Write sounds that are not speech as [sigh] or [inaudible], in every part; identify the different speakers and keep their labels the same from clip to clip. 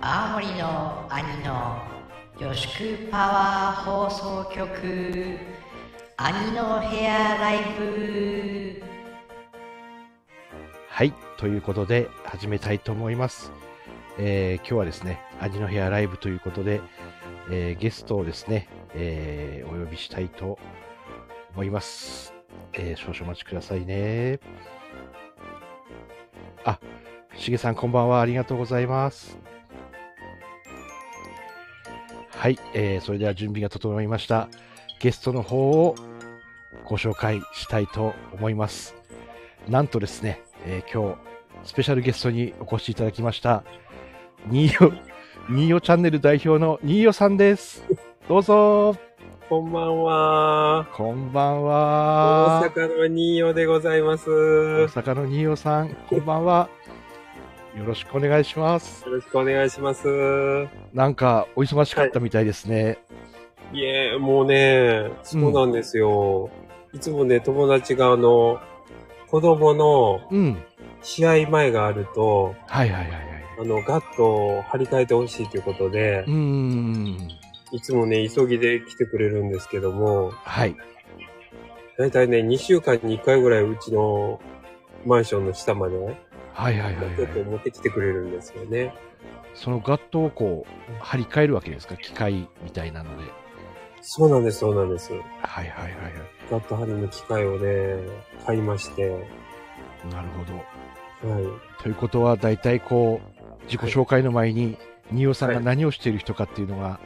Speaker 1: 青森の兄の予宿パワー放送局兄のヘアライフ
Speaker 2: はい、ということで始めたいと思います。えー今日はですね、アニの部屋ライブということで、えーゲストをですね、えーお呼びしたいと思います。えー少々お待ちくださいね。あ、しげさんこんばんは、ありがとうございます。はい、えーそれでは準備が整いました。ゲストの方をご紹介したいと思います。なんとですね、えー今日、スペシャルゲストにお越しいただきました、ニーヨ、 [laughs] ニーヨチャンネル代表のニーヨさんです。どうぞ、
Speaker 3: こんばんは。
Speaker 2: こんばん
Speaker 3: 大
Speaker 2: は。
Speaker 3: 阪の新代でございます。
Speaker 2: 大
Speaker 3: よ
Speaker 2: 阪のニーヨさん、こんばんは。よろしくお願いします。
Speaker 3: ろしくお願いします。
Speaker 2: なんか、お忙しかったみたいですね。
Speaker 3: いえ、もうね、そうなんですよ。いつもね、友達があの、子供の
Speaker 2: うん。
Speaker 3: 試合前があると、
Speaker 2: はいはいはいはい。
Speaker 3: あの、ガッと張り替えてほしいということで
Speaker 2: うー、ん。
Speaker 3: いつもね、急ぎで来てくれるんですけども、
Speaker 2: はい。
Speaker 3: だいたいね、2週間に1回ぐらいうちのマンションの下まで、
Speaker 2: はいはいはい、
Speaker 3: ちょっと
Speaker 2: はい。
Speaker 3: 持ってきてくれるんですよね。
Speaker 2: そのガットをこう、張り替えるわけですか機械みたいなので。
Speaker 3: そうなんです、そうなんです。
Speaker 2: はいはいはいはい。
Speaker 3: ガットハリの機械をね、買いまして、は
Speaker 2: なるほど。
Speaker 3: い。
Speaker 2: ということは大体こう自己紹介の前に新尾さんが何をしている人かっていうのが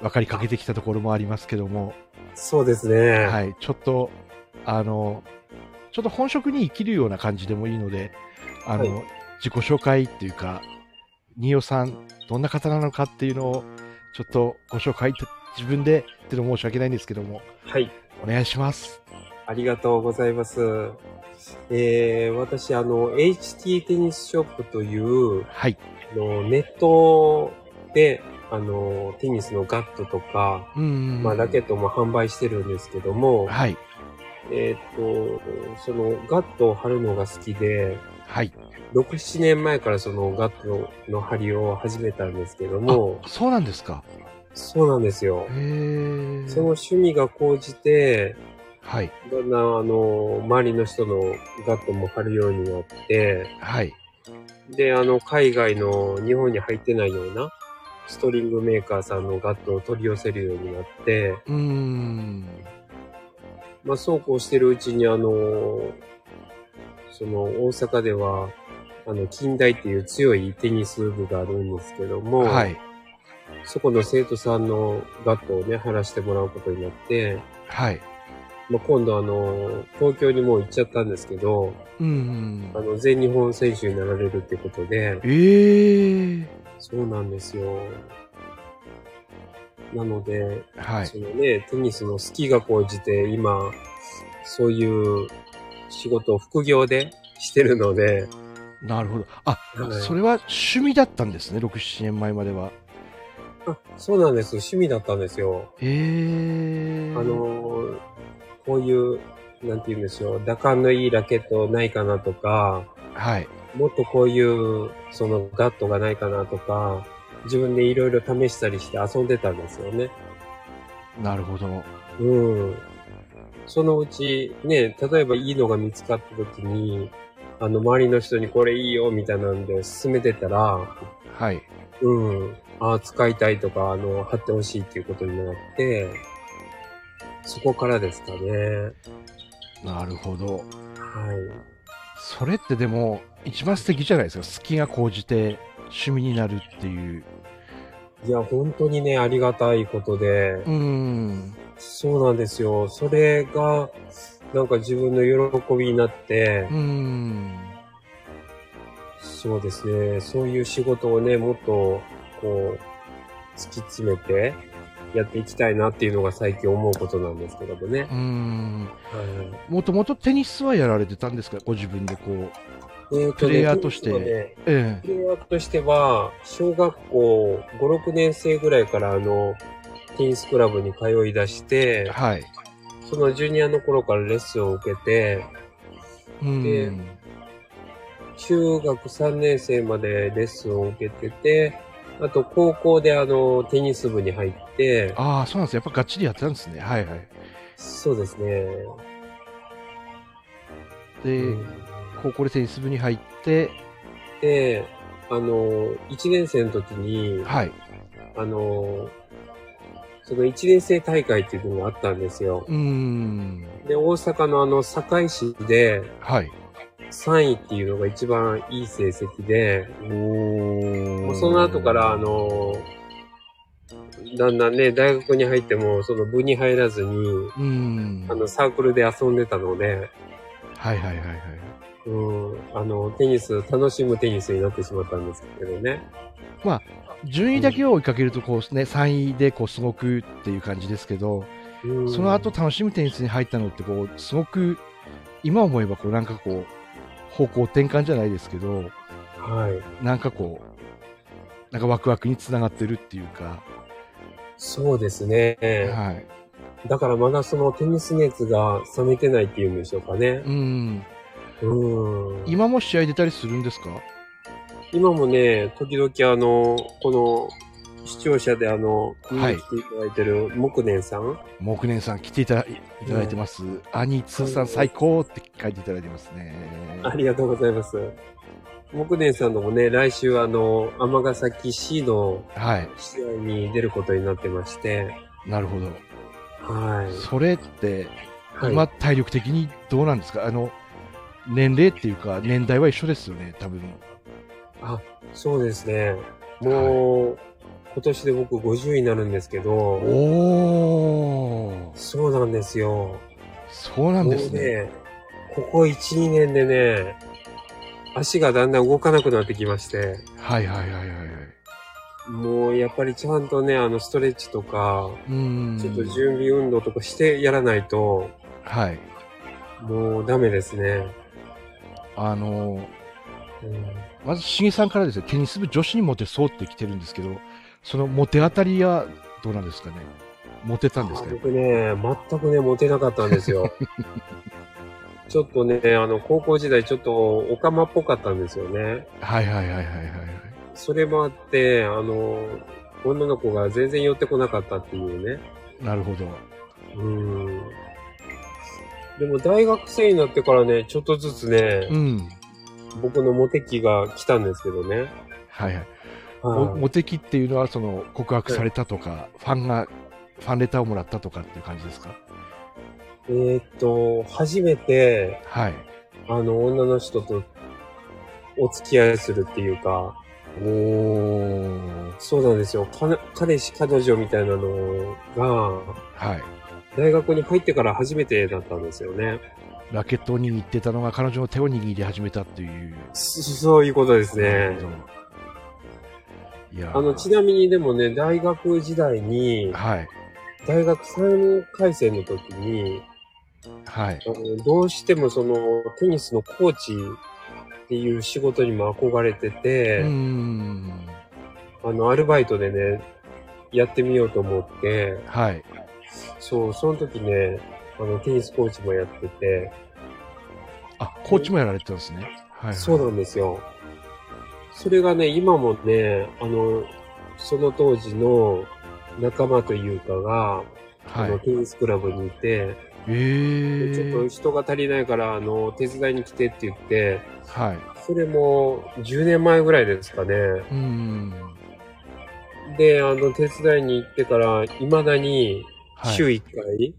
Speaker 2: 分かりかけてきたところもありますけども、
Speaker 3: そうですね。。
Speaker 2: はいい、ちょっとあのちょっと本職に生きるような感じでもいいのであの、
Speaker 3: は
Speaker 2: 自己紹介っていうか新尾さんどんな方なのかっていうのをちょっとご紹介自分でっていうの申し訳ないんですけども
Speaker 3: はい。
Speaker 2: お願いします。
Speaker 3: ありがとうございます。えー、私、あの、HT テニスショップという、
Speaker 2: はい、
Speaker 3: あのネットで、あの、テニスのガットとか、
Speaker 2: うん
Speaker 3: まあ、ラケットも販売してるんですけども、
Speaker 2: はい
Speaker 3: えーっと、その、ガットを貼るのが好きで、
Speaker 2: はい
Speaker 3: 6、7年前からそのガットの貼りを始めたんですけども
Speaker 2: あ、そうなんですか
Speaker 3: そうなんですよ
Speaker 2: へ。え
Speaker 3: その趣味が高じて、
Speaker 2: はい
Speaker 3: だんだん、あの、周りの人のガットも貼るようになって、
Speaker 2: はい
Speaker 3: で、あの、海外の日本に入ってないようなストリングメーカーさんのガットを取り寄せるようになって、
Speaker 2: うーん。
Speaker 3: まあ、そうこうしてるうちに、あの、その、大阪では、あの、近代っていう強いテニス部があるんですけども、
Speaker 2: はい。
Speaker 3: そこの生徒さんのガットをね、貼らせてもらうことになって、
Speaker 2: はい。
Speaker 3: まあ、今度あの、東京にもう行っちゃったんですけど、
Speaker 2: うーん
Speaker 3: あ。の、全日本選手になられるってことで、
Speaker 2: ええ
Speaker 3: そうなんですよ。なので、
Speaker 2: はい
Speaker 3: そ。のね、テニスの好きが高じて、今、そういう仕事を副業でしてるので、
Speaker 2: なるほど。あ、
Speaker 3: はい
Speaker 2: それは趣味だったんですね、6、7年前までは。
Speaker 3: あそうなんです。趣味だったんですよ。
Speaker 2: ええ
Speaker 3: あのー、こういう、なんて言うんでしょう、打感のいいラケットないかなとか、
Speaker 2: はい。
Speaker 3: もっとこういう、そのガットがないかなとか、自分でいろいろ試したりして遊んでたんですよね。
Speaker 2: なるほど。
Speaker 3: うん。そのうち、ね、例えばいいのが見つかった時に、あの、周りの人にこれいいよ、みたいなんで勧めてたら、
Speaker 2: はい。
Speaker 3: うん。ああ、使いたいとか、あの、貼ってほしいっていうことになって、そこからですかね。
Speaker 2: なるほど。
Speaker 3: は
Speaker 2: それってでも、一番素敵じゃないですか。好きが高じて趣味になるっていう。
Speaker 3: い。いや、本当にね、ありがたいことで
Speaker 2: う、ーん。
Speaker 3: そうなんですよ。それが、なんか自分の喜びになって
Speaker 2: うー、ん。
Speaker 3: そうですね。そういう仕事をね、もっと、こう、突き詰めて、やっていきたいなっていうのが最近思うことなんですけどもね
Speaker 2: う。ーん。
Speaker 3: はい
Speaker 2: もともとテニスはやられてたんですかご自分でこう。
Speaker 3: えーとね
Speaker 2: プレイヤーとして
Speaker 3: そうね
Speaker 2: ええ
Speaker 3: プレイヤーとしては、小学校5、6年生ぐらいから、あの、テニスクラブに通い出して、
Speaker 2: はい。
Speaker 3: そのジュニアの頃からレッスンを受けて、
Speaker 2: うん
Speaker 3: で中学3年生までレッスンを受けてて、あと高校であの、テニス部に入って、
Speaker 2: ああ、そうなんです。やっぱがっちりやってたんですね。はいはい。
Speaker 3: そうですね。
Speaker 2: で、高校でテニス部に入って、
Speaker 3: で、あの、1年生の時に、
Speaker 2: はい。
Speaker 3: あの、その1年生大会っていうのがあったんですよ。
Speaker 2: うーん。
Speaker 3: で、大阪のあの、堺市で
Speaker 2: はい。
Speaker 3: 3位っていうのが一番いい成績で、
Speaker 2: お
Speaker 3: もうその後から、あ、の、だんだんね、大学に入っても、その部に入らずに、
Speaker 2: うーん。
Speaker 3: あの、サークルで遊んでたので、
Speaker 2: はいはいはいはい。
Speaker 3: うん、あの、テニス、楽しむテニスになってしまったんですけどね。
Speaker 2: 順位だけを追いかけると、こうね、3位でこうすごくっていう感じですけど、
Speaker 3: うん
Speaker 2: その後楽しむテニスに入ったのって、こう、すごく、今思えば、こう、なんかこう、方向転換じゃないですけど、
Speaker 3: はい。
Speaker 2: なんかこう、なんかワクワクにつながってるっていうか、
Speaker 3: そうですね。
Speaker 2: はい。
Speaker 3: だからまだそのテニス熱が冷めてないっていうんでしょうかね。
Speaker 2: うん。
Speaker 3: うん。
Speaker 2: 今も試合出たりするんですか
Speaker 3: 今もね、時々あの、この、視聴者であの、
Speaker 2: はい
Speaker 3: 来ていただいてる木年さん。
Speaker 2: 木年さん来ていただいいただいてます。兄通さん最高って書いていただいてますね。
Speaker 3: ありがとうございます。木年さんのもね、来週あの、尼崎市の
Speaker 2: はい。
Speaker 3: 試合に出ることになってまして、
Speaker 2: なるほど。
Speaker 3: はい。
Speaker 2: それって、
Speaker 3: はい、
Speaker 2: 今体力的にどうなんですかあの、年齢っていうか、年代は一緒ですよね、多分。
Speaker 3: そうですね。もう、今年で僕50になるんですけど、
Speaker 2: おー、
Speaker 3: そうなんですよ。
Speaker 2: そうなんですね。
Speaker 3: もうね、ここ1、2年でね、足がだんだん動かなくなってきまして、
Speaker 2: はいはいはいはいはい。
Speaker 3: もうやっぱりちゃんとね、あのストレッチとか、
Speaker 2: うん。
Speaker 3: ちょっと準備運動とかしてやらないと、
Speaker 2: はい。
Speaker 3: もうダメですね。
Speaker 2: あの、
Speaker 3: うん
Speaker 2: まず、しげさんからですね、テニス部女子にモテそうって来てるんですけど、そのモテ当たりはどうなんですかねモテたんですかね
Speaker 3: 僕ね、全くね、モテなかったんで
Speaker 2: [laughs]
Speaker 3: すよ。ちょっとね、あの、高校時代ちょっとオカマっぽかったんですよね。
Speaker 2: はいはいはいはいはいはい。
Speaker 3: それもあって、あの、女の子が全然寄ってこなかったっていうね。
Speaker 2: なるほど。
Speaker 3: うん。でも大学生になってからね、ちょっとずつね、
Speaker 2: うん。
Speaker 3: 僕のモテ期が来たんですけどね。
Speaker 2: はいはい。お
Speaker 3: はい
Speaker 2: モテ期っていうのは、その、告白されたとか、ファンが、ファンレターをもらったとかっていう感じですか
Speaker 3: えーっと、初めて、
Speaker 2: はい。
Speaker 3: あの、女の人とお付き合いするっていうか、
Speaker 2: おー。
Speaker 3: そうなんですよ。か彼氏、彼女みたいなのが、
Speaker 2: はい。
Speaker 3: 大学に入ってから初めてだったんですよね。
Speaker 2: ラケットを握ってたのが彼女の手を握り始めたっていう。
Speaker 3: そそういうことですね。
Speaker 2: いやー
Speaker 3: あの、ちなみにでもね、大学時代に、
Speaker 2: はい。
Speaker 3: 大学3回生の時に、
Speaker 2: はい。
Speaker 3: あのどうしてもその、テニスのコーチっていう仕事にも憧れて
Speaker 2: う
Speaker 3: て、
Speaker 2: ーん。
Speaker 3: あの、アルバイトでね、やってみようと思って、
Speaker 2: はい。
Speaker 3: そう、その時ね、あの、テニスコーチもやってて、
Speaker 2: あ、コーチもやられてたんですね。はい、はい。
Speaker 3: そうなんですよ。それがね、今もね、あの、その当時の仲間というかが、あ
Speaker 2: はい
Speaker 3: の、。テニスクラブにいて、
Speaker 2: え
Speaker 3: でちょっ
Speaker 2: ー
Speaker 3: と。人が足りないから、あの、手伝いに来てって言って、
Speaker 2: はい。
Speaker 3: それも10年前ぐらいですかね。
Speaker 2: うーん。
Speaker 3: で、あの、手伝いに行ってから、未だに
Speaker 2: はい。
Speaker 3: 週1回、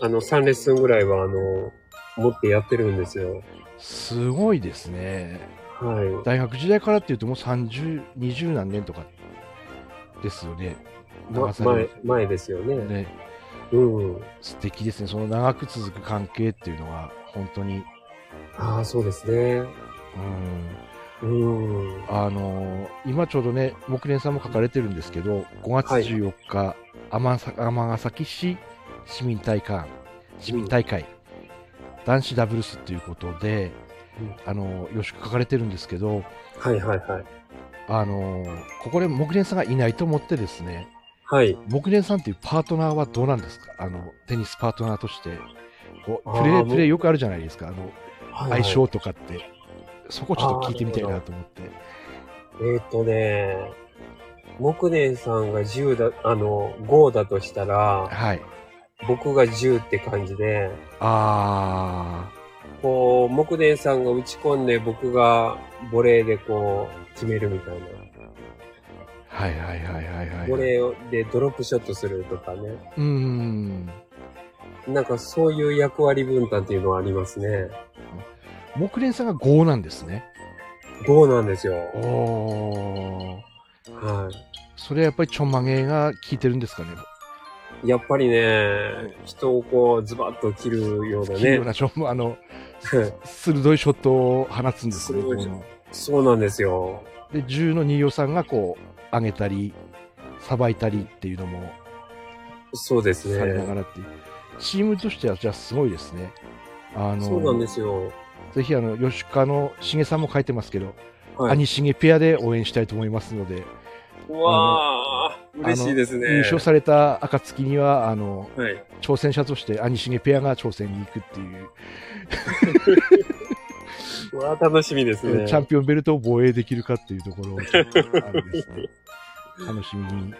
Speaker 3: あの、3レッスンぐらいは、あの、持ってやってるんですよ。
Speaker 2: すごいですね。
Speaker 3: は
Speaker 2: 大学時代からっていうともう30、20何年とかですよね。
Speaker 3: い。ま
Speaker 2: 長さ
Speaker 3: 前、前ですよね。
Speaker 2: ね、
Speaker 3: うん。
Speaker 2: 素敵ですね。その長く続く関係っていうのは、本当に、
Speaker 3: ああ、そうですね。
Speaker 2: うん、
Speaker 3: うん。
Speaker 2: あのー今ちょうどね、木蓮さんも書かれてるんですけど、5月14日、尼崎尼崎市市民大会、市民大会、男子ダブルスということで、
Speaker 3: うん
Speaker 2: あのーよろしく書かれてるんですけど、
Speaker 3: はいはいはい。
Speaker 2: あのーここで木蓮さんがいないと思ってですね、
Speaker 3: はい。
Speaker 2: 木蓮さんっていうパートナーはどうなんですかあの、テニスパートナーとして。こう
Speaker 3: あー
Speaker 2: プレー、
Speaker 3: 僕
Speaker 2: プレーよくあるじゃないですか。あの、
Speaker 3: はい
Speaker 2: 相性とかって。そこちょっと聞いてみたいなと思って。
Speaker 3: えっ、とね、木蓮さんが10だ、あの、5だとしたら、
Speaker 2: はい。
Speaker 3: 僕が10って感じで、
Speaker 2: あ
Speaker 3: こう、木蓮さんが打ち込んで、僕がボレーでこう、決めるみたいな。
Speaker 2: ー。はいはいはいはいはい。
Speaker 3: ボレーでドロップショットするとかね。
Speaker 2: うーん。
Speaker 3: なんかそういう役割分担っていうのはありますね。
Speaker 2: 木蓮さんが5なんですね。
Speaker 3: 5なんですよ。
Speaker 2: おー。
Speaker 3: は
Speaker 2: それはやっぱりちょんまげが効いてるんですかね。
Speaker 3: い。やっぱりね、人をこう、ズバッと切るような
Speaker 2: 切るよう
Speaker 3: ね。
Speaker 2: なちょんまあの、鋭いショットを放つんですね。
Speaker 3: 鋭い
Speaker 2: この
Speaker 3: [laughs] そうなんですよ。
Speaker 2: で、10の24さんがこう、上げたり、さばいたりっていうのも
Speaker 3: そうです
Speaker 2: されな
Speaker 3: ね。
Speaker 2: がらっていう。チームとしては、じゃあすごいですね。あの、
Speaker 3: そうなんですよ。
Speaker 2: ぜひ、あの、吉川のしげさんも書いてますけど、
Speaker 3: はい。
Speaker 2: 兄しげペアで応援したいと思いますので、
Speaker 3: うわあ、嬉しいですね。
Speaker 2: 優勝された暁には、あの、
Speaker 3: はい。
Speaker 2: 挑戦者として兄しげペアが挑戦に行くっていう、
Speaker 3: うわあ、楽しみですね。
Speaker 2: チャンピオンベルトを防衛できるかっていうとこ
Speaker 3: [laughs]
Speaker 2: ろをちょっとあれですね楽しみに
Speaker 3: ね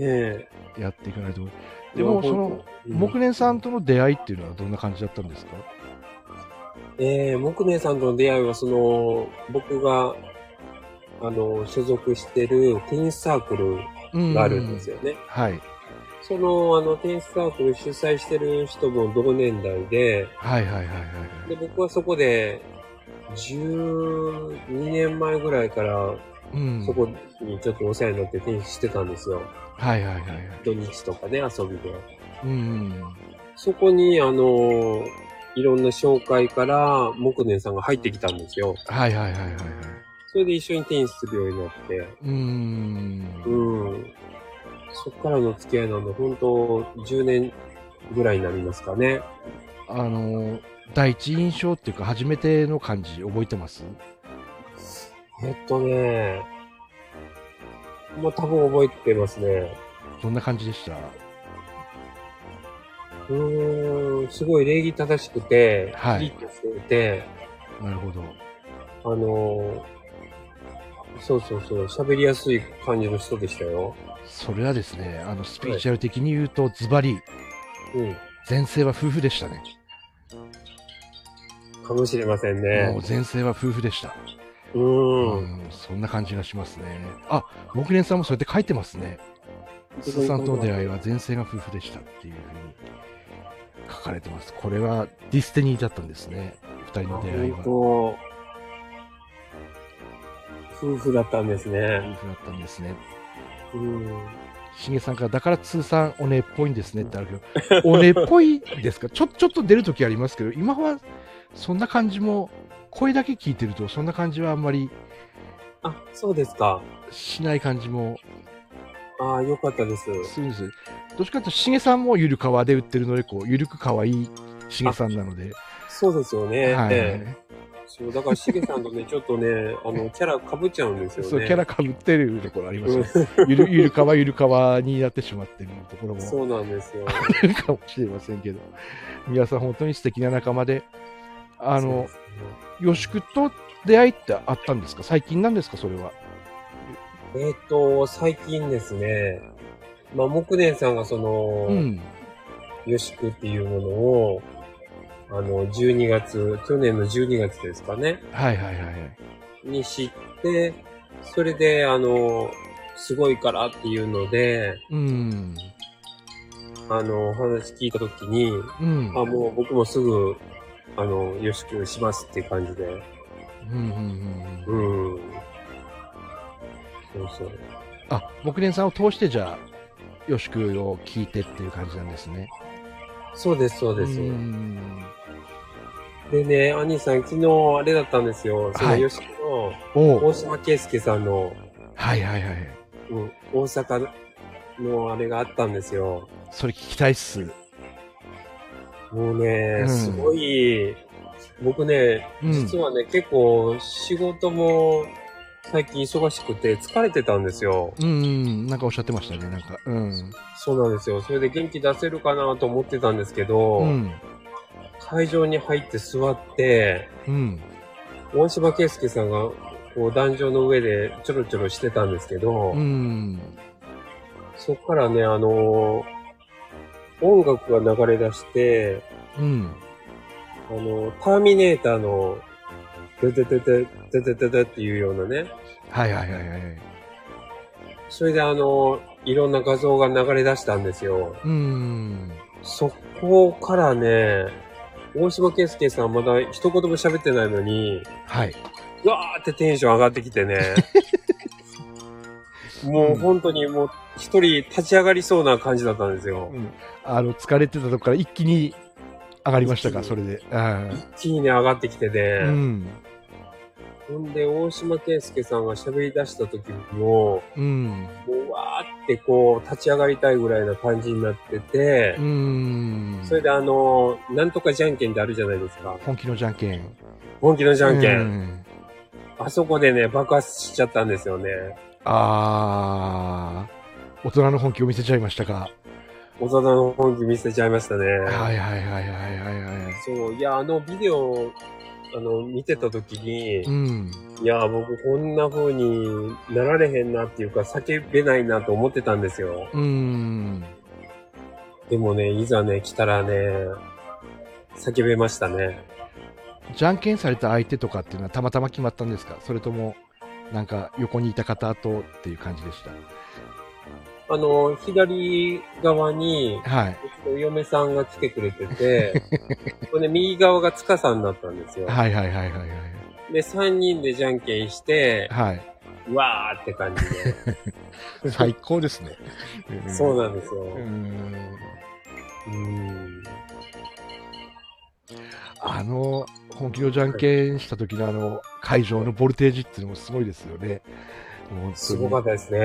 Speaker 3: え。
Speaker 2: やっていかないと。でも、その、
Speaker 3: うん、
Speaker 2: 木蓮さんとの出会いっていうのはどんな感じだったんですか
Speaker 3: えー、木姉さんとの出会いは、その、僕が、あの、所属してるテニスサークルがあるんです
Speaker 2: よ。
Speaker 3: よね。
Speaker 2: はい。
Speaker 3: その、あの、テニスサークル主催してる人も同年代で、
Speaker 2: はいはいはいはい
Speaker 3: で、僕はそこで、12年前ぐらいから、
Speaker 2: はい。うん。
Speaker 3: そこにちょっとお世話になってテニスしてたんですよ。
Speaker 2: はいはいはいはい。
Speaker 3: 土日とかね、遊びで。
Speaker 2: うん。
Speaker 3: そこに、あの、いろんな紹介から、木年さんが入ってきたんですよ。
Speaker 2: はいはいはいはいはい。
Speaker 3: それで一緒にテニスするようになって、
Speaker 2: うん。
Speaker 3: うん。そっからの付き合いなんで、本当10年ぐらいになりますかね。
Speaker 2: あの、第一印象っていうか、初めての感じ覚えてます
Speaker 3: えっとね、まあ、多分覚えてますね。
Speaker 2: どんな感じでした
Speaker 3: うーん、すごい礼儀正しくて、
Speaker 2: はい
Speaker 3: キリッとしてて、
Speaker 2: なるほど。
Speaker 3: あのーそうそうそう、喋りやすい感じの人でしたよ。
Speaker 2: それはですね、あの、スピリチュアル的に言うと、ズバリ、
Speaker 3: うん。
Speaker 2: 前世は夫婦でしたね。
Speaker 3: かもしれません
Speaker 2: もう
Speaker 3: ね。
Speaker 2: 前世は夫婦でした。
Speaker 3: う
Speaker 2: う
Speaker 3: ーん。
Speaker 2: ん、そんな感じがしますね。あ、木蓮さんもそうやって書いてますね。鈴さんとの出会いは前世が夫婦でしたっていうふうに書かれてます。これはディスティニーだったんですね。二人の出会いは。
Speaker 3: 本当
Speaker 2: 夫
Speaker 3: 夫婦だったんですね。
Speaker 2: 婦だったんですね。
Speaker 3: うん。
Speaker 2: しげさんから、だから通さんおねっぽいんですねってあ [laughs] るけど、おねっぽいですか [laughs] ちょ、ちょっと出るときありますけど、今はそんな感じも、声だけ聞いてると、そんな感じはあんまり
Speaker 3: あ、そうですか。
Speaker 2: しない感じも
Speaker 3: ああ、よかったです。
Speaker 2: するんですよどっちかというと、しげさんもゆるかわで売ってるので、こう、ゆるくかわいいしげさんなので、
Speaker 3: そうですよね。
Speaker 2: はい
Speaker 3: ええそう、だからしげさんとね、ち [laughs] ょっとね、あの、キャラ被っちゃうんですよね。
Speaker 2: そう、キャラかぶってるところありますよ。ゆる、ゆるかわゆるかわになってしまってるところも
Speaker 3: そうなん [laughs] ですよ。
Speaker 2: あるかもしれませんけど、皆さん本当に素敵な仲間で、あの、
Speaker 3: そう
Speaker 2: よしくと出会いってあったんですか最近なんですかそれは。
Speaker 3: ですね、えっ、と、最近ですね、まあ、木蓮さんがその、
Speaker 2: うん。
Speaker 3: よしくっていうものを、あの、12月、去年の12月ですかね、
Speaker 2: はいはいはいはい。
Speaker 3: に知って、それで、あの、すごいからっていうので、
Speaker 2: うん。
Speaker 3: あの、お話聞いたときに、
Speaker 2: うん。
Speaker 3: あ、もう僕もすぐ、あの、よしくしますっていう感じで。
Speaker 2: うんうんうんうん。
Speaker 3: うん。そうそう。
Speaker 2: あ、木蓮さんを通してじゃあ、よしくを聞いてっていう感じなんですね。
Speaker 3: そうです、そうです。
Speaker 2: うん。
Speaker 3: でね、兄さん、昨日あれだったんですよ。そ
Speaker 2: は
Speaker 3: の
Speaker 2: い
Speaker 3: よしくの、
Speaker 2: おう
Speaker 3: 大島圭介さんの、
Speaker 2: はいはいはい。
Speaker 3: うん、大阪のあれがあったんですよ。
Speaker 2: それ聞きたいっす。
Speaker 3: もうね、
Speaker 2: うん
Speaker 3: すごい、僕ね、
Speaker 2: うん
Speaker 3: 実はね、結構仕事も、最近忙しくて疲れてたんですよ。
Speaker 2: うん、なんかおっしゃってましたね、なんか。うん。
Speaker 3: そうなんですよ。それで元気出せるかなと思ってたんですけど、
Speaker 2: うん。
Speaker 3: 会場に入って座って、
Speaker 2: うん。
Speaker 3: 大島圭介さんが、こう、壇上の上でちょろちょろしてたんですけど、
Speaker 2: うん。
Speaker 3: そっからね、あのー音楽が流れ出して、
Speaker 2: うん。
Speaker 3: あのターミネーターの、でててて、でてててっていうようなね、
Speaker 2: はいはいはいはい。
Speaker 3: それであのいろんな画像が流れ出したんですよ。
Speaker 2: うん。
Speaker 3: そこからね、大島圭介さんまだ一言も喋ってないのに、
Speaker 2: はい。
Speaker 3: うわーってテンション上がってきてね。
Speaker 2: [laughs]
Speaker 3: もう本当にもう一人立ち上がりそうな感じだったんですよ。
Speaker 2: あの、疲れてたとこから一気に上がりましたか、
Speaker 3: 一
Speaker 2: そ
Speaker 3: 気
Speaker 2: れで。あー
Speaker 3: 一気にね、上がってきて
Speaker 2: う
Speaker 3: ね。
Speaker 2: ん。
Speaker 3: ほんで、大島圭介さんが喋り出した時も、
Speaker 2: うん。
Speaker 3: もうわーってこう立ち上がりたいぐらいな感じになってて
Speaker 2: う、ん。
Speaker 3: それであの、なんとかじゃんけんってあるじゃないですか。
Speaker 2: 本気のじゃんけん。
Speaker 3: 本気のじゃんけ。
Speaker 2: うん
Speaker 3: あそこでね、爆発しちゃったんですよね。
Speaker 2: あー。大人の本気を見せちゃいましたか。
Speaker 3: 大人の本気見せちゃいましたね。
Speaker 2: はいはいはいはいはいはい。
Speaker 3: そう、いや、あのビデオ、あの、見てた時に
Speaker 2: う、ん。
Speaker 3: いや、僕こんな風になられへんなっていうか、叫べないなと思ってたんですよ。
Speaker 2: うん。
Speaker 3: でもね、いざね、来たらね、叫べましたね。
Speaker 2: じゃんけんされた相手とかっていうのはたまたま決まったんですかそれとも、なんか横にいた方とっていう感じでした。
Speaker 3: あの、左側に、
Speaker 2: はい。
Speaker 3: うちの嫁さんが来てくれてて、これね右側が塚さんだったんですよ。
Speaker 2: はいはいはいはいはい。
Speaker 3: で、3人でじゃんけんして、 [laughs]
Speaker 2: はい。
Speaker 3: わーって感じで。
Speaker 2: 最高ですね。
Speaker 3: そう
Speaker 2: だ。
Speaker 3: なんですよ。
Speaker 2: うん
Speaker 3: うん。
Speaker 2: あの、本気のじゃんけんした時のあの、会場のボルテージっていうのもすごいですよね。もう本当に
Speaker 3: すごかったです
Speaker 2: う
Speaker 3: ね。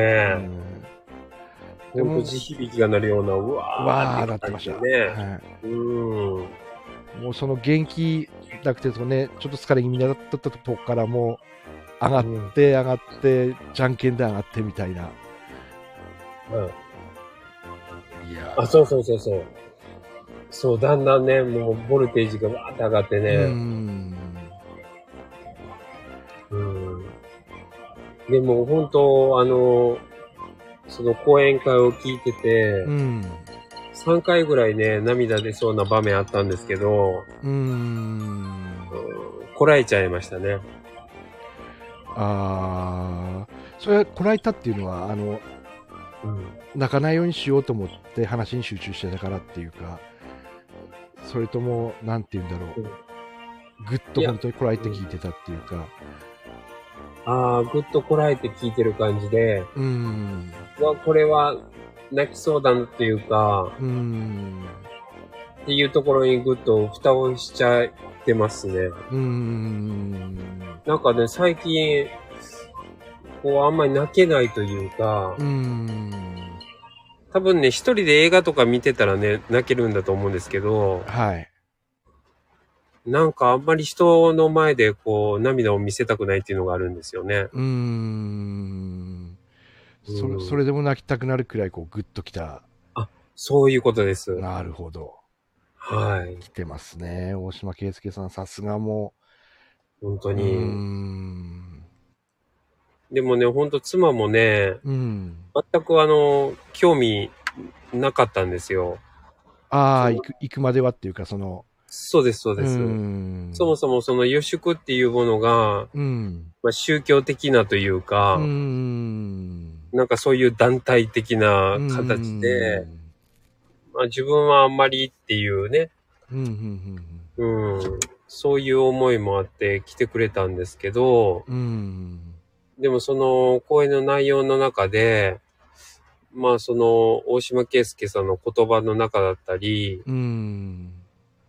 Speaker 2: ん
Speaker 3: ほんと地響きが鳴るような、うわ
Speaker 2: わ
Speaker 3: ー
Speaker 2: ーなってました。
Speaker 3: 感じでね。
Speaker 2: は
Speaker 3: うん。
Speaker 2: い、もうその元気なくて、そのね、ちょっと疲れ気味だったとこからもう、上がっ
Speaker 3: うん
Speaker 2: て上がって、じゃんけんで上がってみたいな。
Speaker 3: はい
Speaker 2: いや
Speaker 3: あ、そうそうそうそう。そう、だんだんね、もうボルテージがわーって上がって
Speaker 2: う
Speaker 3: ね。
Speaker 2: ん。
Speaker 3: うん。でも本当、あの、その講演会を聞いてて
Speaker 2: う、ん。
Speaker 3: 3回ぐらいね、涙出そうな場面あったんですけど、
Speaker 2: うん。
Speaker 3: うんこらえちゃいましたね。
Speaker 2: ああ、それ、こらえたっていうのは、あの、
Speaker 3: うん
Speaker 2: 泣かないようにしようと思って話に集中してたからっていうか、それとも、なんて言うんだろう
Speaker 3: うん、
Speaker 2: ぐっと本当にこらえて聞いてたっていうか、
Speaker 3: ああ、ぐっとこらえて聞いてる感じで、
Speaker 2: うーん、
Speaker 3: うわ、これは泣きそうだなっていうか、
Speaker 2: うーん、
Speaker 3: っていうところにぐっと蓋をしちゃってますね。
Speaker 2: うーん、
Speaker 3: なんかね、最近、こう、あんまり泣けないというか
Speaker 2: うー、ん、
Speaker 3: 多分ね、一人で映画とか見てたらね、泣けるんだと思うんですけど、
Speaker 2: はい。
Speaker 3: なんかあんまり人の前でこう、涙を見せたくないっていうのがあるんですよね。
Speaker 2: うーん。そ
Speaker 3: うん
Speaker 2: れそれでも泣きたくなるくらい、こう、ぐっときた。
Speaker 3: そういうことです。は
Speaker 2: なるほど。
Speaker 3: い。
Speaker 2: 来てますね。大島圭介さん、さすがも
Speaker 3: 本当
Speaker 2: う。うー
Speaker 3: に。
Speaker 2: ん。
Speaker 3: でもね、ほんと妻もね、
Speaker 2: うん。
Speaker 3: 全くあの、興味なかったんですよ。
Speaker 2: ああ、
Speaker 3: そう
Speaker 2: 行く、行くまではっていうか、その、
Speaker 3: そうです、そうです。
Speaker 2: ん
Speaker 3: そもそもその予祝っていうものが、
Speaker 2: うん。
Speaker 3: まあ、宗教的なというか、
Speaker 2: うん。
Speaker 3: なんかそういう団体的な形で、まあ、自分はあんまりっていうね、
Speaker 2: うん、うん、
Speaker 3: うん、そういう思いもあって来てくれたんですけど、
Speaker 2: うん、うん。
Speaker 3: でもその講演の内容の中で、まあその大島圭介さんの言葉の中だったり、
Speaker 2: うん。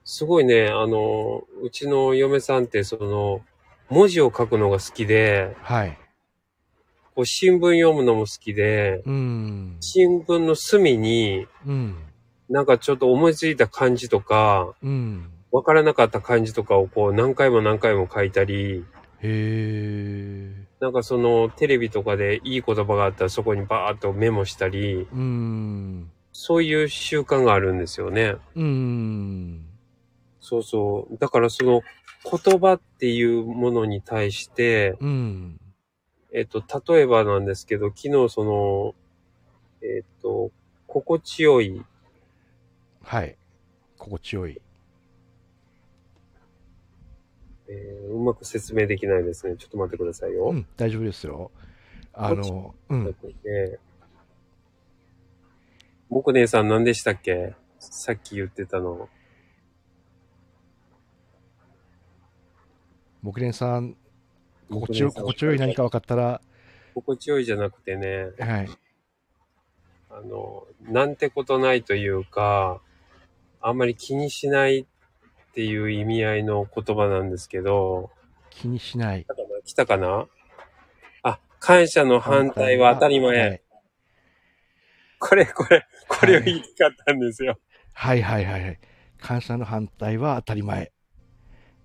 Speaker 3: すごいね、あの、うちの嫁さんってその、文字を書くのが好きで、
Speaker 2: はい。
Speaker 3: こう新聞読むのも好きで、
Speaker 2: うん。
Speaker 3: 新聞の隅に
Speaker 2: うん。
Speaker 3: なんかちょっと思いついた漢字とか、
Speaker 2: うん。
Speaker 3: わからなかった漢字とかをこう何回も何回も書いた
Speaker 2: へ
Speaker 3: り、
Speaker 2: え。
Speaker 3: なんかそのテレビとかでいい言葉があったらそこにバーッとメモしたり、
Speaker 2: うーん。
Speaker 3: そういう習慣があるんですよね。
Speaker 2: うーん。
Speaker 3: そうそう。だからその言葉っていうものに対して、
Speaker 2: うん。
Speaker 3: えっと、例えばなんですけど、昨日その、えっと、心地よい、
Speaker 2: はい。心地よい。
Speaker 3: えーうまく説明できないですね。ちょっと待ってくださいよ。
Speaker 2: うん、大丈夫ですよ。あの、うん。
Speaker 3: ね僕姉さん何でしたっけさっき言ってたの。
Speaker 2: 木蓮さん、心地よ、
Speaker 3: 木蓮さん
Speaker 2: 心地よい何か分かったら、
Speaker 3: 心地よいじゃなくてね、
Speaker 2: はい。
Speaker 3: あの、なんてことないというか、あんまり気にしないっていう意味合いの言葉なんですけど、
Speaker 2: 気にしない。
Speaker 3: 来たかな来たかなあ、感謝の反対は当たり前。
Speaker 2: はい
Speaker 3: これ、これ、これを言いたかったんですよ。
Speaker 2: はいはいはいはい。感謝の反対は当たり前。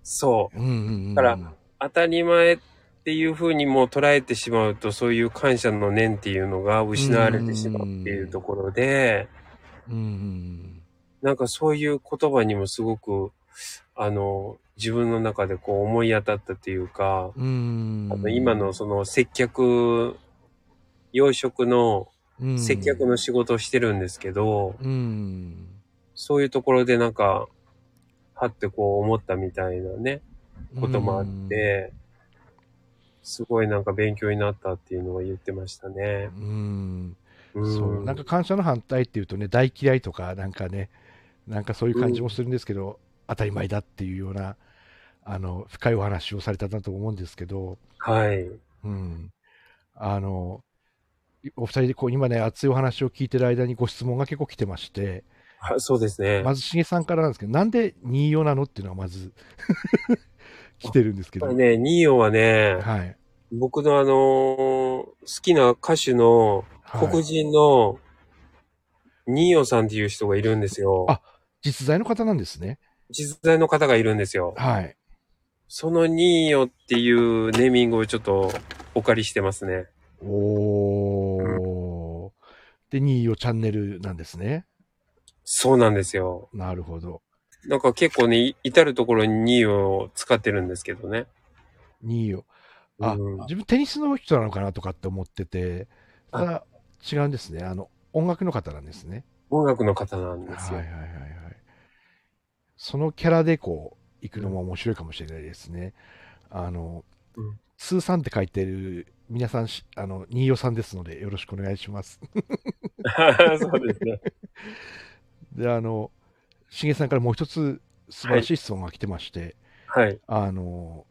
Speaker 3: そう。
Speaker 2: うんうんうん。
Speaker 3: だから当たり前っていうふうにもう捉えてしまうと、そういう感謝の念っていうのが失われてしまうっていうところで、
Speaker 2: うんうん
Speaker 3: なんかそういう言葉にもすごく、あの、自分の中でこう思い当たったというか、
Speaker 2: うん。うん
Speaker 3: あの今のその接客、養殖の
Speaker 2: うん
Speaker 3: 接客の仕事をしてるんですけど、
Speaker 2: うん。
Speaker 3: そういうところでなんか、はってこう思ったみたいなね。こともあって、すごいなんか勉強になったっていうのは言ってましたね
Speaker 2: う。ん。
Speaker 3: う
Speaker 2: うん
Speaker 3: ん。
Speaker 2: そう。なんか感謝の反対っていうとね、大嫌いとか、なんかね、なんかそういう感じもするんですけど、当たり前だっていうような、あの、深いお話をされたなと思うんですけど、
Speaker 3: はい。
Speaker 2: うん。あの、お二人でこう今ね、熱いお話を聞いてる間にご質問が結構来てまして、
Speaker 3: あそうですね。
Speaker 2: まずしげさんからなんですけど、なんで24なのっていうのはまず [laughs] 来てるんですけ
Speaker 3: ま
Speaker 2: ど、
Speaker 3: あね、ニーヨンはね、
Speaker 2: はい。
Speaker 3: 僕のあのー好きな歌手の
Speaker 2: はい
Speaker 3: 黒人のニーヨンさんっていう人がいるんですよ。
Speaker 2: あ実在の方なんですね。
Speaker 3: 実在の方がいるんですよ。
Speaker 2: はい。
Speaker 3: そのニーヨンっていうネーミングをちょっとお借りしてますね。
Speaker 2: おー。で、24チャンネルなんですね。
Speaker 3: そうなんですよ。
Speaker 2: なるほど。
Speaker 3: なんか結構ね、い至るところにニーヨンを使ってるんですけどね。
Speaker 2: 24。あ、
Speaker 3: うん
Speaker 2: 自分テニスの人なのかなとかって思ってて、ただ違うんですね。あの、音楽の方なんですね。
Speaker 3: 音楽の方なんです
Speaker 2: はい
Speaker 3: よ。
Speaker 2: はいはいはい。そのキャラでこう、行くのも面白いかもしれないですね。あの、
Speaker 3: うん
Speaker 2: 通さんって書いてる皆さんし、あの、新代さんですので、よろしくお願いします。 [laughs]
Speaker 3: [laughs] そうですね。
Speaker 2: で、あの、しげさんからもう一つ素晴らしい質問が来てまして、
Speaker 3: はい。
Speaker 2: あの、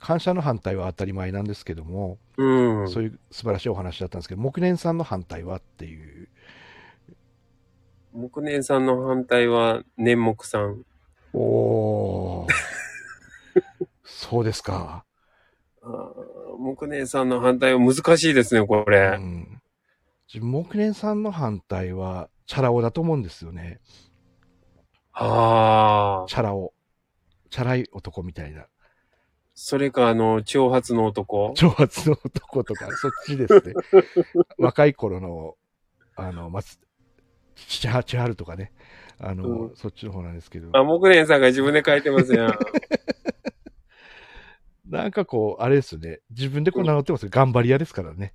Speaker 2: 感謝の反対は当たり前なんですけども、
Speaker 3: うん。
Speaker 2: そういう素晴らしいお話だったんですけど、木蓮さんの反対はっていう、
Speaker 3: 木年さんの反対は年木さん。
Speaker 2: おー [laughs] そうですか。
Speaker 3: あー木年さんの反対は難しいですね、こ
Speaker 2: う
Speaker 3: れ。
Speaker 2: ん。自分木蓮さんの反対は、チャラ男だと思うんですよね。
Speaker 3: ああ。
Speaker 2: チャラ男。チャラい男みたいな。
Speaker 3: それか、あの、長髪の男。
Speaker 2: 挑発の男と
Speaker 3: [laughs]
Speaker 2: か、そっちですね。若い頃の、あの、松、千春千春とかね。あの、
Speaker 3: う
Speaker 2: そっちの方なんですけど。
Speaker 3: あ、木年さんが自分で書いてます
Speaker 2: [laughs]
Speaker 3: やん。
Speaker 2: なんかこう、あれですよね。自分でこう名乗ってますけど、頑張り屋ですからね。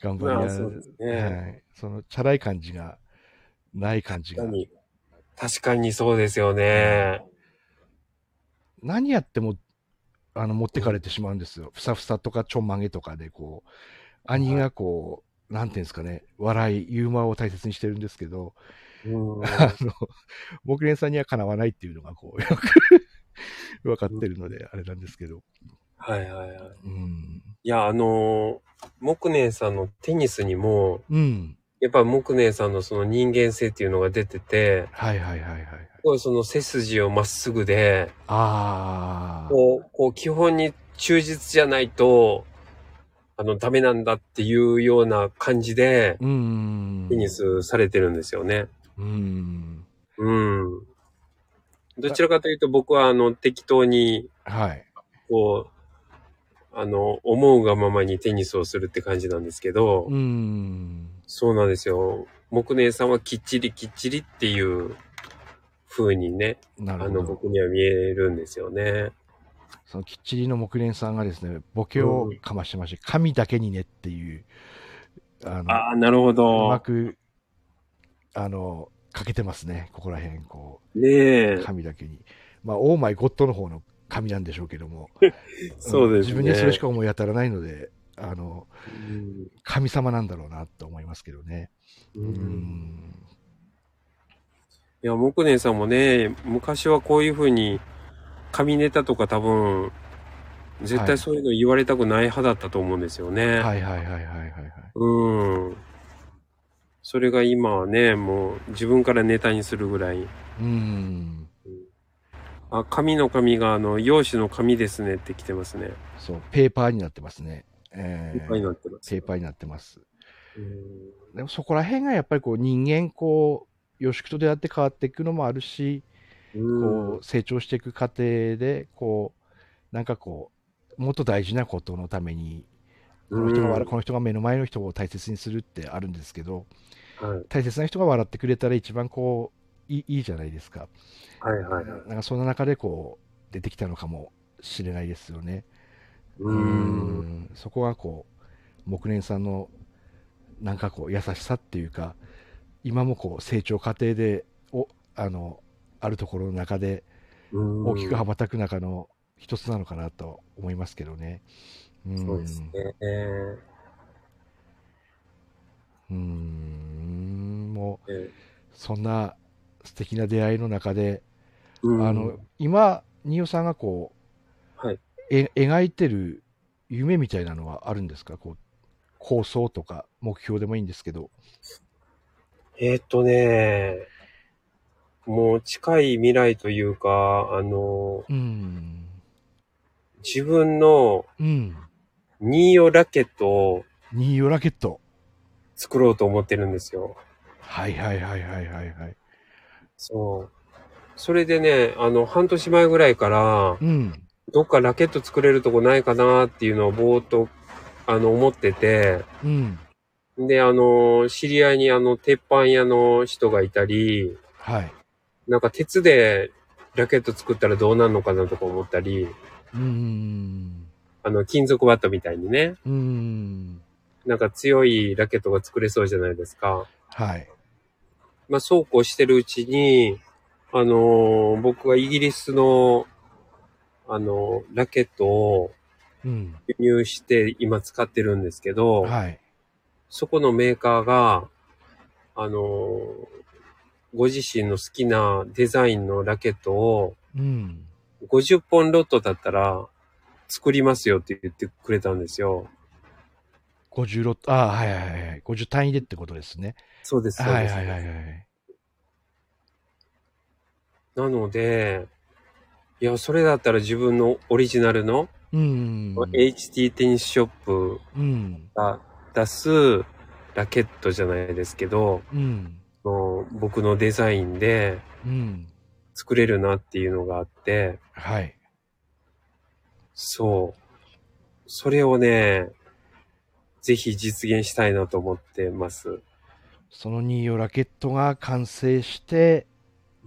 Speaker 2: 頑張り
Speaker 3: ま
Speaker 2: 屋。
Speaker 3: あ、そうです
Speaker 2: は
Speaker 3: ね。
Speaker 2: い。その、チャラい感じが、ない感じが
Speaker 3: 確か。に。確かにそうですよね。
Speaker 2: 何やっても、あの、持ってかれてしまうんですよ。ふさふさとかちょんまげとかで、こう、兄がこう、なんていうんですかね、笑い、ユーモアを大切にしてるんですけど、 [laughs]
Speaker 3: うん。
Speaker 2: あの、木蓮さんにはかなわないっていうのが、こう、よく [laughs] 分かってるので、あれなんですけど。
Speaker 3: はいはいはい。
Speaker 2: うん。
Speaker 3: いや、あのー、木年さんのテニスにも、
Speaker 2: うん。
Speaker 3: やっぱ木年さんのその人間性っていうのが出てて、
Speaker 2: はいはいはいはい。
Speaker 3: すごいその背筋をまっすぐで、
Speaker 2: ああ。
Speaker 3: こう、こう基本に忠実じゃないと、あの、ダメなんだっていうような感じで、
Speaker 2: うん。
Speaker 3: テニスされてるんですよね。
Speaker 2: うん。
Speaker 3: うん。どちらかというと僕はあの、適当に、
Speaker 2: はい。
Speaker 3: こう、あの、思うがままにテニスをするって感じなんですけど、
Speaker 2: うーん。
Speaker 3: そうなんですよ。木姉さんはきっちりきっちりっていう風にね、
Speaker 2: な
Speaker 3: あ
Speaker 2: る
Speaker 3: の、
Speaker 2: ほど。
Speaker 3: 僕には見えるんですよね。
Speaker 2: そのきっちりの木蓮さんがですね、ボケをかましてまして、神だけにねっていう、あの、
Speaker 3: ああ、なるほ
Speaker 2: うま
Speaker 3: ど。
Speaker 2: く、あの、かけてますね、ここら辺、こ
Speaker 3: ね
Speaker 2: う、
Speaker 3: え。
Speaker 2: 神だけに。まあ、オーマイゴッドの方の神なんでしょうけども、
Speaker 3: [laughs] そうです
Speaker 2: 自
Speaker 3: ね。
Speaker 2: 分にはそれしか思い当たらないので、あの、
Speaker 3: うん。
Speaker 2: 神様なんだろうなと思いますけどね。
Speaker 3: う
Speaker 2: うんん。
Speaker 3: いや、木姉さんもね、昔はこういう風に、紙ネタとか多分、絶
Speaker 2: は
Speaker 3: 対
Speaker 2: い
Speaker 3: そういうの言われたくない派だったと思うんですよね。
Speaker 2: はいはいはいはいはいはい。
Speaker 3: うん。それが今はね、もう自分からネタにするぐらい、
Speaker 2: うん。
Speaker 3: あ、紙の紙があの、用紙の紙ですねって来てますね。
Speaker 2: そう、ペーパーになってますね。え
Speaker 3: いっぱいになってます。
Speaker 2: ペーパーになってます。
Speaker 3: うん
Speaker 2: でもそこら辺がやっぱりこう人間こう、よしくと出会って変わっていくのもあるし、
Speaker 3: うん
Speaker 2: こう成長していく過程で、こう、なんかこう、もっと大事なことのために、この人が
Speaker 3: う
Speaker 2: 笑
Speaker 3: ん
Speaker 2: この人が目の前の人を大切にするってあるんですけど、
Speaker 3: はい
Speaker 2: 大切な人が笑ってくれたら一番こう、いいいいじゃないですか。
Speaker 3: はいはいはい。
Speaker 2: なんかそんな中でこう、出てきたのかもしれないですよね。
Speaker 3: う。
Speaker 2: うんんそこがこう木蓮さんのなんかこう優しさっていうか今もこう成長過程でおあのあるところの中で大きく羽ばたく中の一つなのかなと思いますけどね。うん
Speaker 3: そうですね。えー
Speaker 2: うんもう
Speaker 3: え
Speaker 2: そんな素敵な出会いの中で、
Speaker 3: ーうん
Speaker 2: あの今新代さんがこう、
Speaker 3: はい
Speaker 2: え描いてる夢みたいなのはあるんですかこう構想とか目標でもいいんですけど。
Speaker 3: えーっとね、もう近い未来というか、あの、
Speaker 2: うん。
Speaker 3: 自分の
Speaker 2: うん。
Speaker 3: ニーヨラケットを
Speaker 2: ニーヨラケット。
Speaker 3: 作ろうと思ってるんですよ。
Speaker 2: はいはいはいはいはいはい。
Speaker 3: そう。それでね、あの、半年前ぐらいから、
Speaker 2: うん。
Speaker 3: どっかラケット作れるとこないかなっていうのをぼーっと、あの、思ってて、
Speaker 2: うん。
Speaker 3: で、あの、知り合いにあの、鉄板屋の人がいたり、
Speaker 2: はい。
Speaker 3: なんか鉄でラケット作ったらどうなるのかなとか思ったり、
Speaker 2: うーん。
Speaker 3: あの、金属バットみたいにね、
Speaker 2: うーん。
Speaker 3: なんか強いラケットが作れそうじゃないですか。
Speaker 2: はい。
Speaker 3: まあ、そうこうしてるうちに、あのー僕はイギリスの、あのーラケットを
Speaker 2: うん。
Speaker 3: 輸入して今使ってるんですけど、
Speaker 2: はい。
Speaker 3: そこのメーカーが、あのーご自身の好きなデザインのラケットを
Speaker 2: うん。
Speaker 3: 50本ロットだったら作りますよって言ってくれたんですよ。
Speaker 2: 50ロット、ああ、はいはいはいはい。50単位でってことですね。
Speaker 3: そうです、そう
Speaker 2: はい
Speaker 3: で
Speaker 2: はいは
Speaker 3: す。
Speaker 2: いはい。
Speaker 3: なので、いや、それだったら自分のオリジナルの
Speaker 2: うん。
Speaker 3: HT テニスショップ
Speaker 2: うん。
Speaker 3: が出すラケットじゃないですけど、
Speaker 2: うん。
Speaker 3: もう僕のデザインで
Speaker 2: うん。
Speaker 3: 作れるなっていうのがあって、
Speaker 2: はい。
Speaker 3: そう。それをね、ぜひ実現したいなと思ってます。
Speaker 2: そのニーヨラケットが完成して、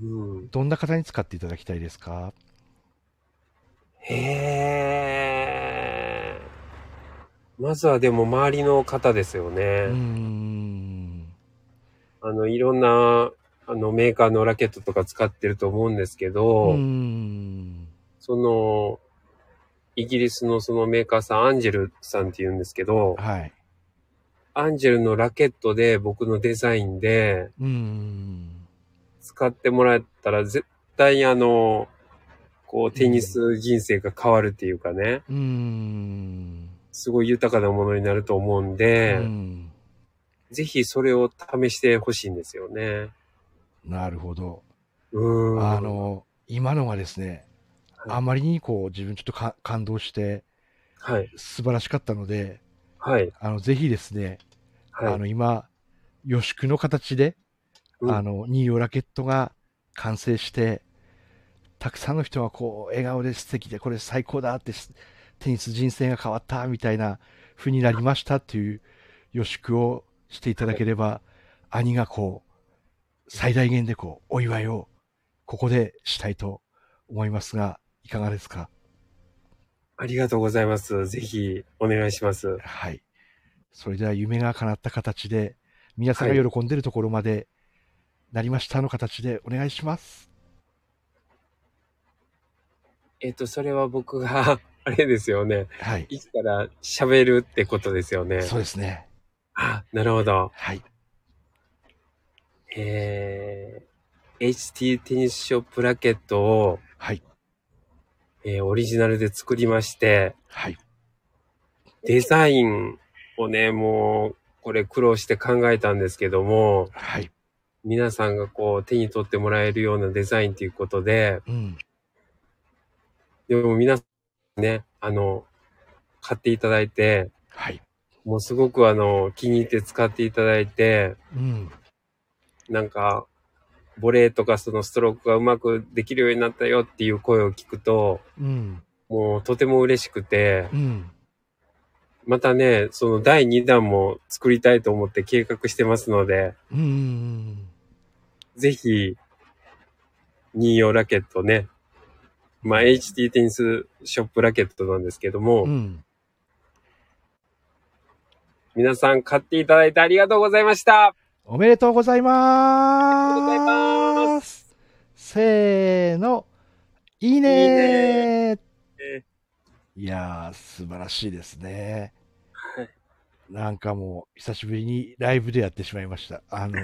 Speaker 3: うん。
Speaker 2: どんな方に使っていただきたいですか
Speaker 3: へえ。まずはでも周りの方ですよ
Speaker 2: う
Speaker 3: ね。
Speaker 2: ーん。
Speaker 3: あの、いろんな、あの、メーカーのラケットとか使ってると思うんですけ
Speaker 2: うー
Speaker 3: ど、
Speaker 2: ん。
Speaker 3: その、イギリスのそのメーカーさん、アンジェルさんって言うんですけど、
Speaker 2: はい。
Speaker 3: アンジェルのラケットで僕のデザインで
Speaker 2: うーん。
Speaker 3: 使ってもらったら絶対あの、こうテニス人生が変わるっていうかね、
Speaker 2: うーん。
Speaker 3: すごい豊かなものになると思うん
Speaker 2: う
Speaker 3: で、
Speaker 2: ん。
Speaker 3: ぜひそれを試してほしいんですよね。
Speaker 2: なるほど。
Speaker 3: うーん。
Speaker 2: あ、の、今のがですね、
Speaker 3: はい
Speaker 2: あまりにこう自分ちょっとか感動して
Speaker 3: はい、
Speaker 2: 素晴らしかったので、
Speaker 3: はい、
Speaker 2: あの、ぜひですね、
Speaker 3: はい。
Speaker 2: あの、今、予祝の形で、
Speaker 3: うん
Speaker 2: あの、ニーヨラケットが完成して、たくさんの人がこう、笑顔で素敵で、これ最高だってしテニス人生が変わったみたいな風になりましたっていう予祝をしていただければ、兄がこう、最大限でこう、お祝いをここでしたいと思いますが、いかがですか
Speaker 3: ありがとうございます。ぜひ、お願いします。
Speaker 2: はい。それでは夢が叶った形で、皆さんが喜んでるところまで、なりましたの形でお願いします。
Speaker 3: えっと、それは僕が、 [laughs] あれですよね。
Speaker 2: はい。
Speaker 3: 生きたら喋るってことですよね。
Speaker 2: そうですね。
Speaker 3: あ、なるほど。
Speaker 2: はい。
Speaker 3: えー、HT テニスショップラケットを、
Speaker 2: はい。
Speaker 3: えーオリジナルで作りまして、
Speaker 2: はい。
Speaker 3: デザインをね、もう、これ苦労して考えたんですけども、
Speaker 2: はい。
Speaker 3: 皆さんがこう手に取ってもらえるようなデザインということで、
Speaker 2: うん。
Speaker 3: でも皆さんね、あの、買っていただいて、
Speaker 2: はい。
Speaker 3: もうすごくあの、気に入って使っていただいて、
Speaker 2: うん。
Speaker 3: なんか、ボレーとかそのストロークがうまくできるようになったよっていう声を聞くと、
Speaker 2: うん。
Speaker 3: もうとても嬉しくて、
Speaker 2: うん。
Speaker 3: またね、その第2弾も作りたいと思って計画してますので、
Speaker 2: うん。
Speaker 3: ぜひ、任用ラケットね、まあ、HT テニスショップラケットなんですけども、
Speaker 2: うん。
Speaker 3: 皆さん買っていただいてありがとうございました
Speaker 2: おめでとうございます。。
Speaker 3: ありがとうございます
Speaker 2: せーの、いいねーい
Speaker 3: ね
Speaker 2: やー、素晴らしいですね。
Speaker 3: はい
Speaker 2: なんかもう、久しぶりにライブでやってしまいました。あ
Speaker 3: [laughs]
Speaker 2: の、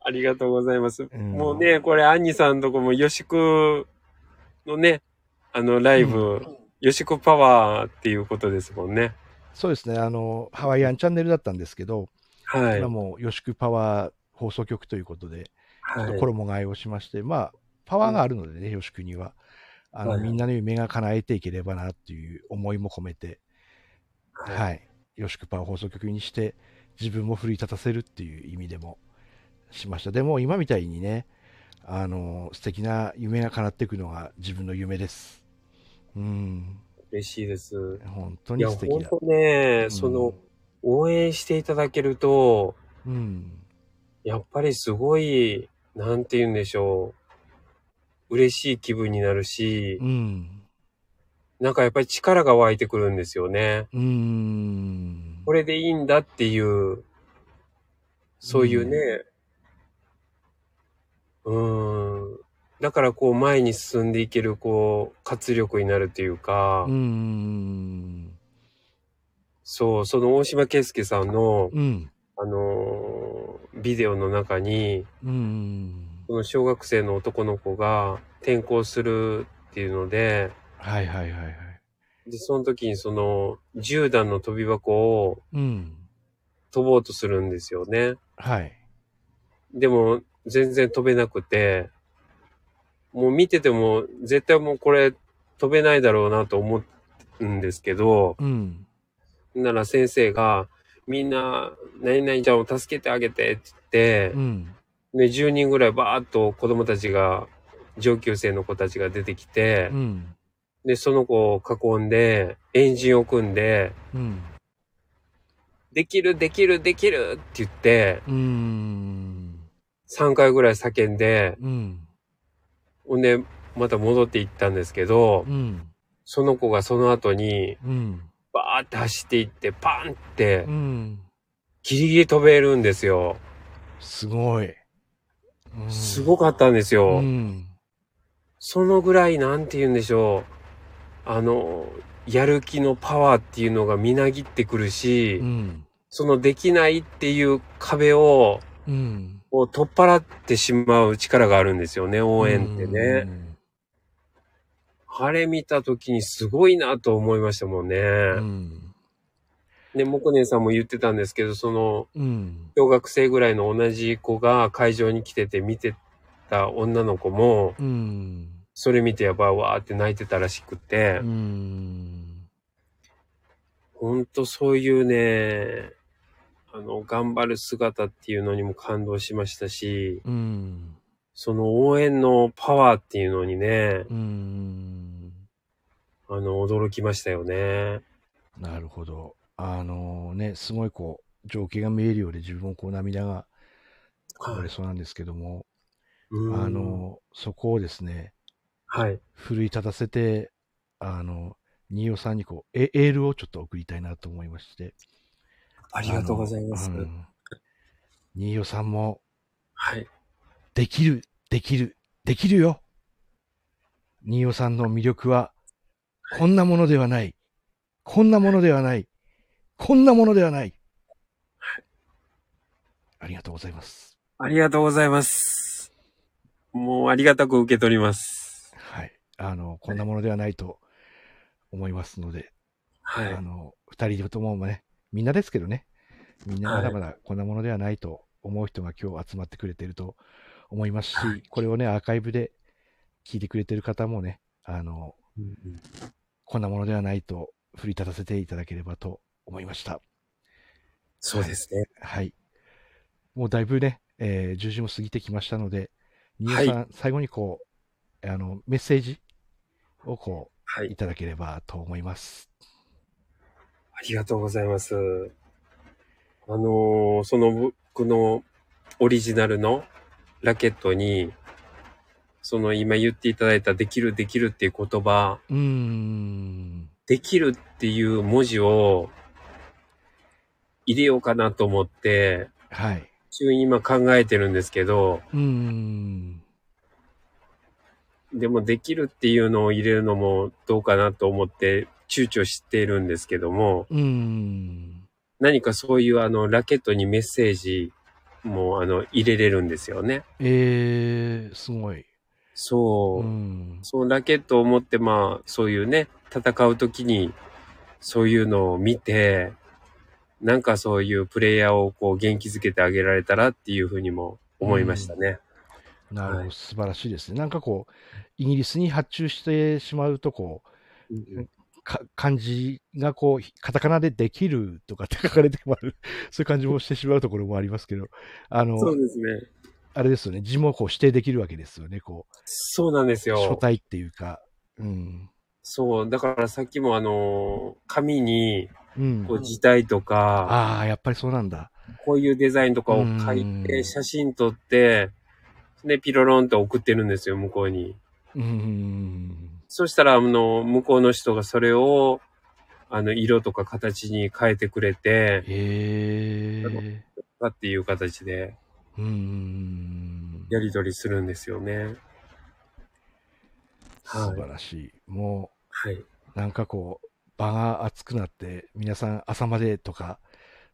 Speaker 3: ありがとうございます。
Speaker 2: うん
Speaker 3: もうね、これ、アンニさんとこも、よしくのね、あの、ライブ、よしくパワーっていうことですもんね。
Speaker 2: そうですね、あの、ハワイアンチャンネルだったんですけど、
Speaker 3: はい。
Speaker 2: 今もう、よしくパワー放送局ということで、
Speaker 3: は
Speaker 2: と衣替えをしまして、まあ、パワーがあるのでね、よしくには。あの、
Speaker 3: はいはい
Speaker 2: みんなの夢が叶えていければなっていう思いも込めて、
Speaker 3: い。はい。
Speaker 2: はい。よしくパンを放送局にして、自分も奮い立たせるっていう意味でもしました。でも、今みたいにね、あの、素敵な夢が叶っていくのが自分の夢です。うん。
Speaker 3: 嬉しいです。
Speaker 2: 本当
Speaker 3: い
Speaker 2: に
Speaker 3: や、
Speaker 2: 素
Speaker 3: ほ
Speaker 2: 敵
Speaker 3: ん
Speaker 2: だ。
Speaker 3: とね、
Speaker 2: うん
Speaker 3: その、、応援していただけると、
Speaker 2: うん。
Speaker 3: やっぱりすごい、なんて言うんでしょう。嬉しい気分になるし
Speaker 2: う、ん。
Speaker 3: なんかやっぱり力が湧いてくるんですよね。
Speaker 2: うん。
Speaker 3: これでいいんだっていう、そういうね、うーん。だからこう前に進んでいけるこう活力になるというか、
Speaker 2: うん。
Speaker 3: そう、その大島圭介さんの、
Speaker 2: うん。
Speaker 3: あのービデオの中に、
Speaker 2: うん。
Speaker 3: この小学生の男の子が転校するっていうので、
Speaker 2: はいはいはいはい。
Speaker 3: で、その時にその10段の飛び箱を
Speaker 2: うん。
Speaker 3: 飛ぼうとするんですよね。
Speaker 2: はい。
Speaker 3: でも、全然飛べなくて、もう見てても、絶対もうこれ飛べないだろうなと思うんですけど、
Speaker 2: うん。
Speaker 3: なら先生が、みんな、何々ちゃんを助けてあげてって
Speaker 2: う
Speaker 3: 言って、
Speaker 2: ん。
Speaker 3: で、10人ぐらいバーっと子供たちが、上級生の子たちが出てきて
Speaker 2: う、ん。
Speaker 3: で、その子を囲んで、エンジンを組んで、
Speaker 2: うん。
Speaker 3: できる、できる、できるって言って、
Speaker 2: うん。
Speaker 3: 3回ぐらい叫んで、
Speaker 2: うん。
Speaker 3: ほんで、また戻っていったんですけど、
Speaker 2: うん。
Speaker 3: その子がその後に、
Speaker 2: うん。
Speaker 3: バーって走っていって、パンって
Speaker 2: う、ん。
Speaker 3: ギリギリ飛べるんですよ。
Speaker 2: すごい。うん
Speaker 3: すごかったんですよ。
Speaker 2: うん。
Speaker 3: そのぐらい、なんて言うんでしょう。あの、やる気のパワーっていうのがみなぎってくるし、
Speaker 2: うん。
Speaker 3: そのできないっていう壁を、
Speaker 2: うん。
Speaker 3: こう取っ払ってしまう力があるんですよね、応援ってね。あれ見た時にすごいなと思いましたもんね。
Speaker 2: うん。
Speaker 3: で、もこねさんも言ってたんですけど、その、
Speaker 2: うん。
Speaker 3: 小学生ぐらいの同じ子が会場に来てて見てた女の子も、
Speaker 2: うん。
Speaker 3: それ見てやばいわーって泣いてたらしくて
Speaker 2: う、ん。
Speaker 3: ほんとそういうね、あの、頑張る姿っていうのにも感動しましたし、
Speaker 2: うん。
Speaker 3: その応援のパワーっていうのにね、
Speaker 2: うん。
Speaker 3: あの、驚きましたよね。
Speaker 2: なるほど。あのね、すごいこう、情景が見えるようで自分もこう涙がこぼれそうなんですけども、
Speaker 3: うん
Speaker 2: あ、の、そこをですね、
Speaker 3: はい。
Speaker 2: 奮い立たせて、あの、新尾さんにこう、エエールをちょっと送りたいなと思いまして。
Speaker 3: ありがとうございます
Speaker 2: あ。のうん新尾さんも、
Speaker 3: はい。
Speaker 2: できる、できる、できるよ。新尾さんの魅力は、こんなものではない。こんなものではない。こんなものではない。ありがとうございます。
Speaker 3: ありがとうございます。もうありがたく受け取ります。
Speaker 2: はい。あの、こんなものではないと思いますので、
Speaker 3: はい
Speaker 2: あ。の、二人ともね、みんなですけどね、みんなまだまだこんなものではないと思う人が今日集まってくれてると思いますし、
Speaker 3: は
Speaker 2: これをね、アーカイブで聞いてくれてる方もね、あの、こんなものではないと振り立たせていただければと思いました。
Speaker 3: そうですね。
Speaker 2: はい。もうだいぶね、えー10時も過ぎてきましたので、新谷さん、最後にこう、あの、メッセージをこ
Speaker 3: は
Speaker 2: う、い
Speaker 3: い。
Speaker 2: ただければと思います。
Speaker 3: ありがとうございます。あのーその僕のオリジナルのラケットに、その今言っていただいたできるできるっていう言葉、
Speaker 2: うーん。
Speaker 3: できるっていう文字を入れようかなと思って、
Speaker 2: はい。
Speaker 3: 一応今考えてるんですけど、
Speaker 2: うーん。
Speaker 3: でもできるっていうのを入れるのもどうかなと思って躊躇しているんですけども、
Speaker 2: うーん。
Speaker 3: 何かそういうあのラケットにメッセージもあの入れれるんですよね。
Speaker 2: えー、すごい。
Speaker 3: そうう。
Speaker 2: ん。
Speaker 3: そのラケットを持ってまあそういうね、戦う時にそういうのを見て、なんかそういうプレイヤーをこう元気づけてあげられたらっていうふうにも思いましたね。
Speaker 2: なるほ
Speaker 3: は
Speaker 2: ど、
Speaker 3: い
Speaker 2: 素晴らしいですね。なんかこう、イギリスに発注してしまうと、こう、
Speaker 3: うん
Speaker 2: か漢字がこう、カタカナでできるとかって [laughs] 書かれてもある、そういう感じもしてしまうところもありますけど、あの、
Speaker 3: そうですね。
Speaker 2: あれですよね、字もこう指定できるわけですよね、こ
Speaker 3: そうなんです
Speaker 2: う、書
Speaker 3: よ。
Speaker 2: 体っていうか、うん。
Speaker 3: そう。だからさっきもあの、紙に
Speaker 2: うん
Speaker 3: こ。う字体とか、
Speaker 2: ああ、やっぱりそうなんだ。
Speaker 3: こういうデザインとかを書い
Speaker 2: うん
Speaker 3: て、写真撮って、で、ピロロンって送ってるんですよ、向こうに。
Speaker 2: うーん。
Speaker 3: そしたら、あの、向こうの人がそれを、あの、色とか形に変えてくれて、
Speaker 2: へえ。
Speaker 3: な
Speaker 2: う
Speaker 3: とかっていう形で
Speaker 2: ーん。
Speaker 3: やり取りするんですよね。
Speaker 2: 素晴らしい。も
Speaker 3: はい。
Speaker 2: う、なんかこう、場が熱くなって、皆さん朝までとか、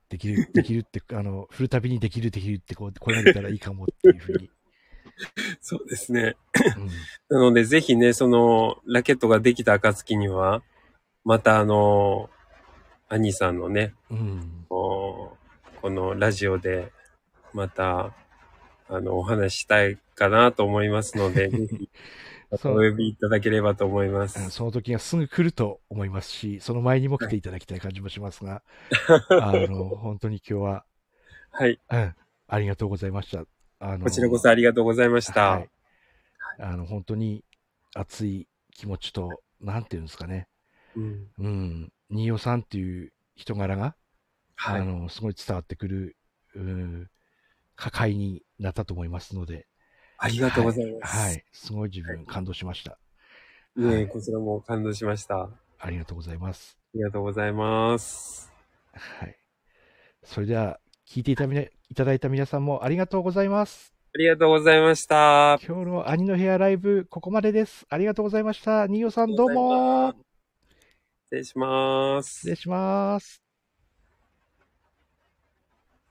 Speaker 2: でき
Speaker 3: [laughs]
Speaker 2: る、できるって、あの、振るたびにできる、できるって、こう、声が出たらいいかもっていうふう
Speaker 3: [laughs]
Speaker 2: に。
Speaker 3: そうですね。
Speaker 2: うん
Speaker 3: なので、ぜひね、その、ラケットができた暁には、またあの、アニさんのね、
Speaker 2: うん、
Speaker 3: こうこのラジオでまたあのお話ししたいかなと思います
Speaker 2: [laughs]
Speaker 3: ので、ぜひ
Speaker 2: そ
Speaker 3: お
Speaker 2: う
Speaker 3: 呼びいただければと思いま
Speaker 2: うん
Speaker 3: す。
Speaker 2: その時がすぐ来ると思いますし、その前にも来ていただきたい感じもします
Speaker 3: [laughs]
Speaker 2: が、あの、本当に今日は、
Speaker 3: はい、
Speaker 2: うん、ありがとうございました。あの
Speaker 3: こちらこそありがとうございま
Speaker 2: で
Speaker 3: した。
Speaker 2: はい、あの、本当に熱い気持ちと、なんていうんですかね、
Speaker 3: うん
Speaker 2: うん、新代さんっていう人柄が、
Speaker 3: は
Speaker 2: あ
Speaker 3: い、
Speaker 2: の、すごい伝わってくる、うん、破壊になったと思いますので、
Speaker 3: ありがとうございます。
Speaker 2: はい、すごい自分感動しました。
Speaker 3: ねえ
Speaker 2: はい
Speaker 3: こちらも感動しました。あ
Speaker 2: ありがとうございます。
Speaker 3: りがとうございます。
Speaker 2: はい。それでは、聞いていたみないただいた皆さんもありがとうございます。
Speaker 3: ありがとうございました。
Speaker 2: 今日の兄の部屋ライブ、ここまでです。ありがとうございました。新代さん、どうも
Speaker 3: 失礼します
Speaker 2: 失。礼します。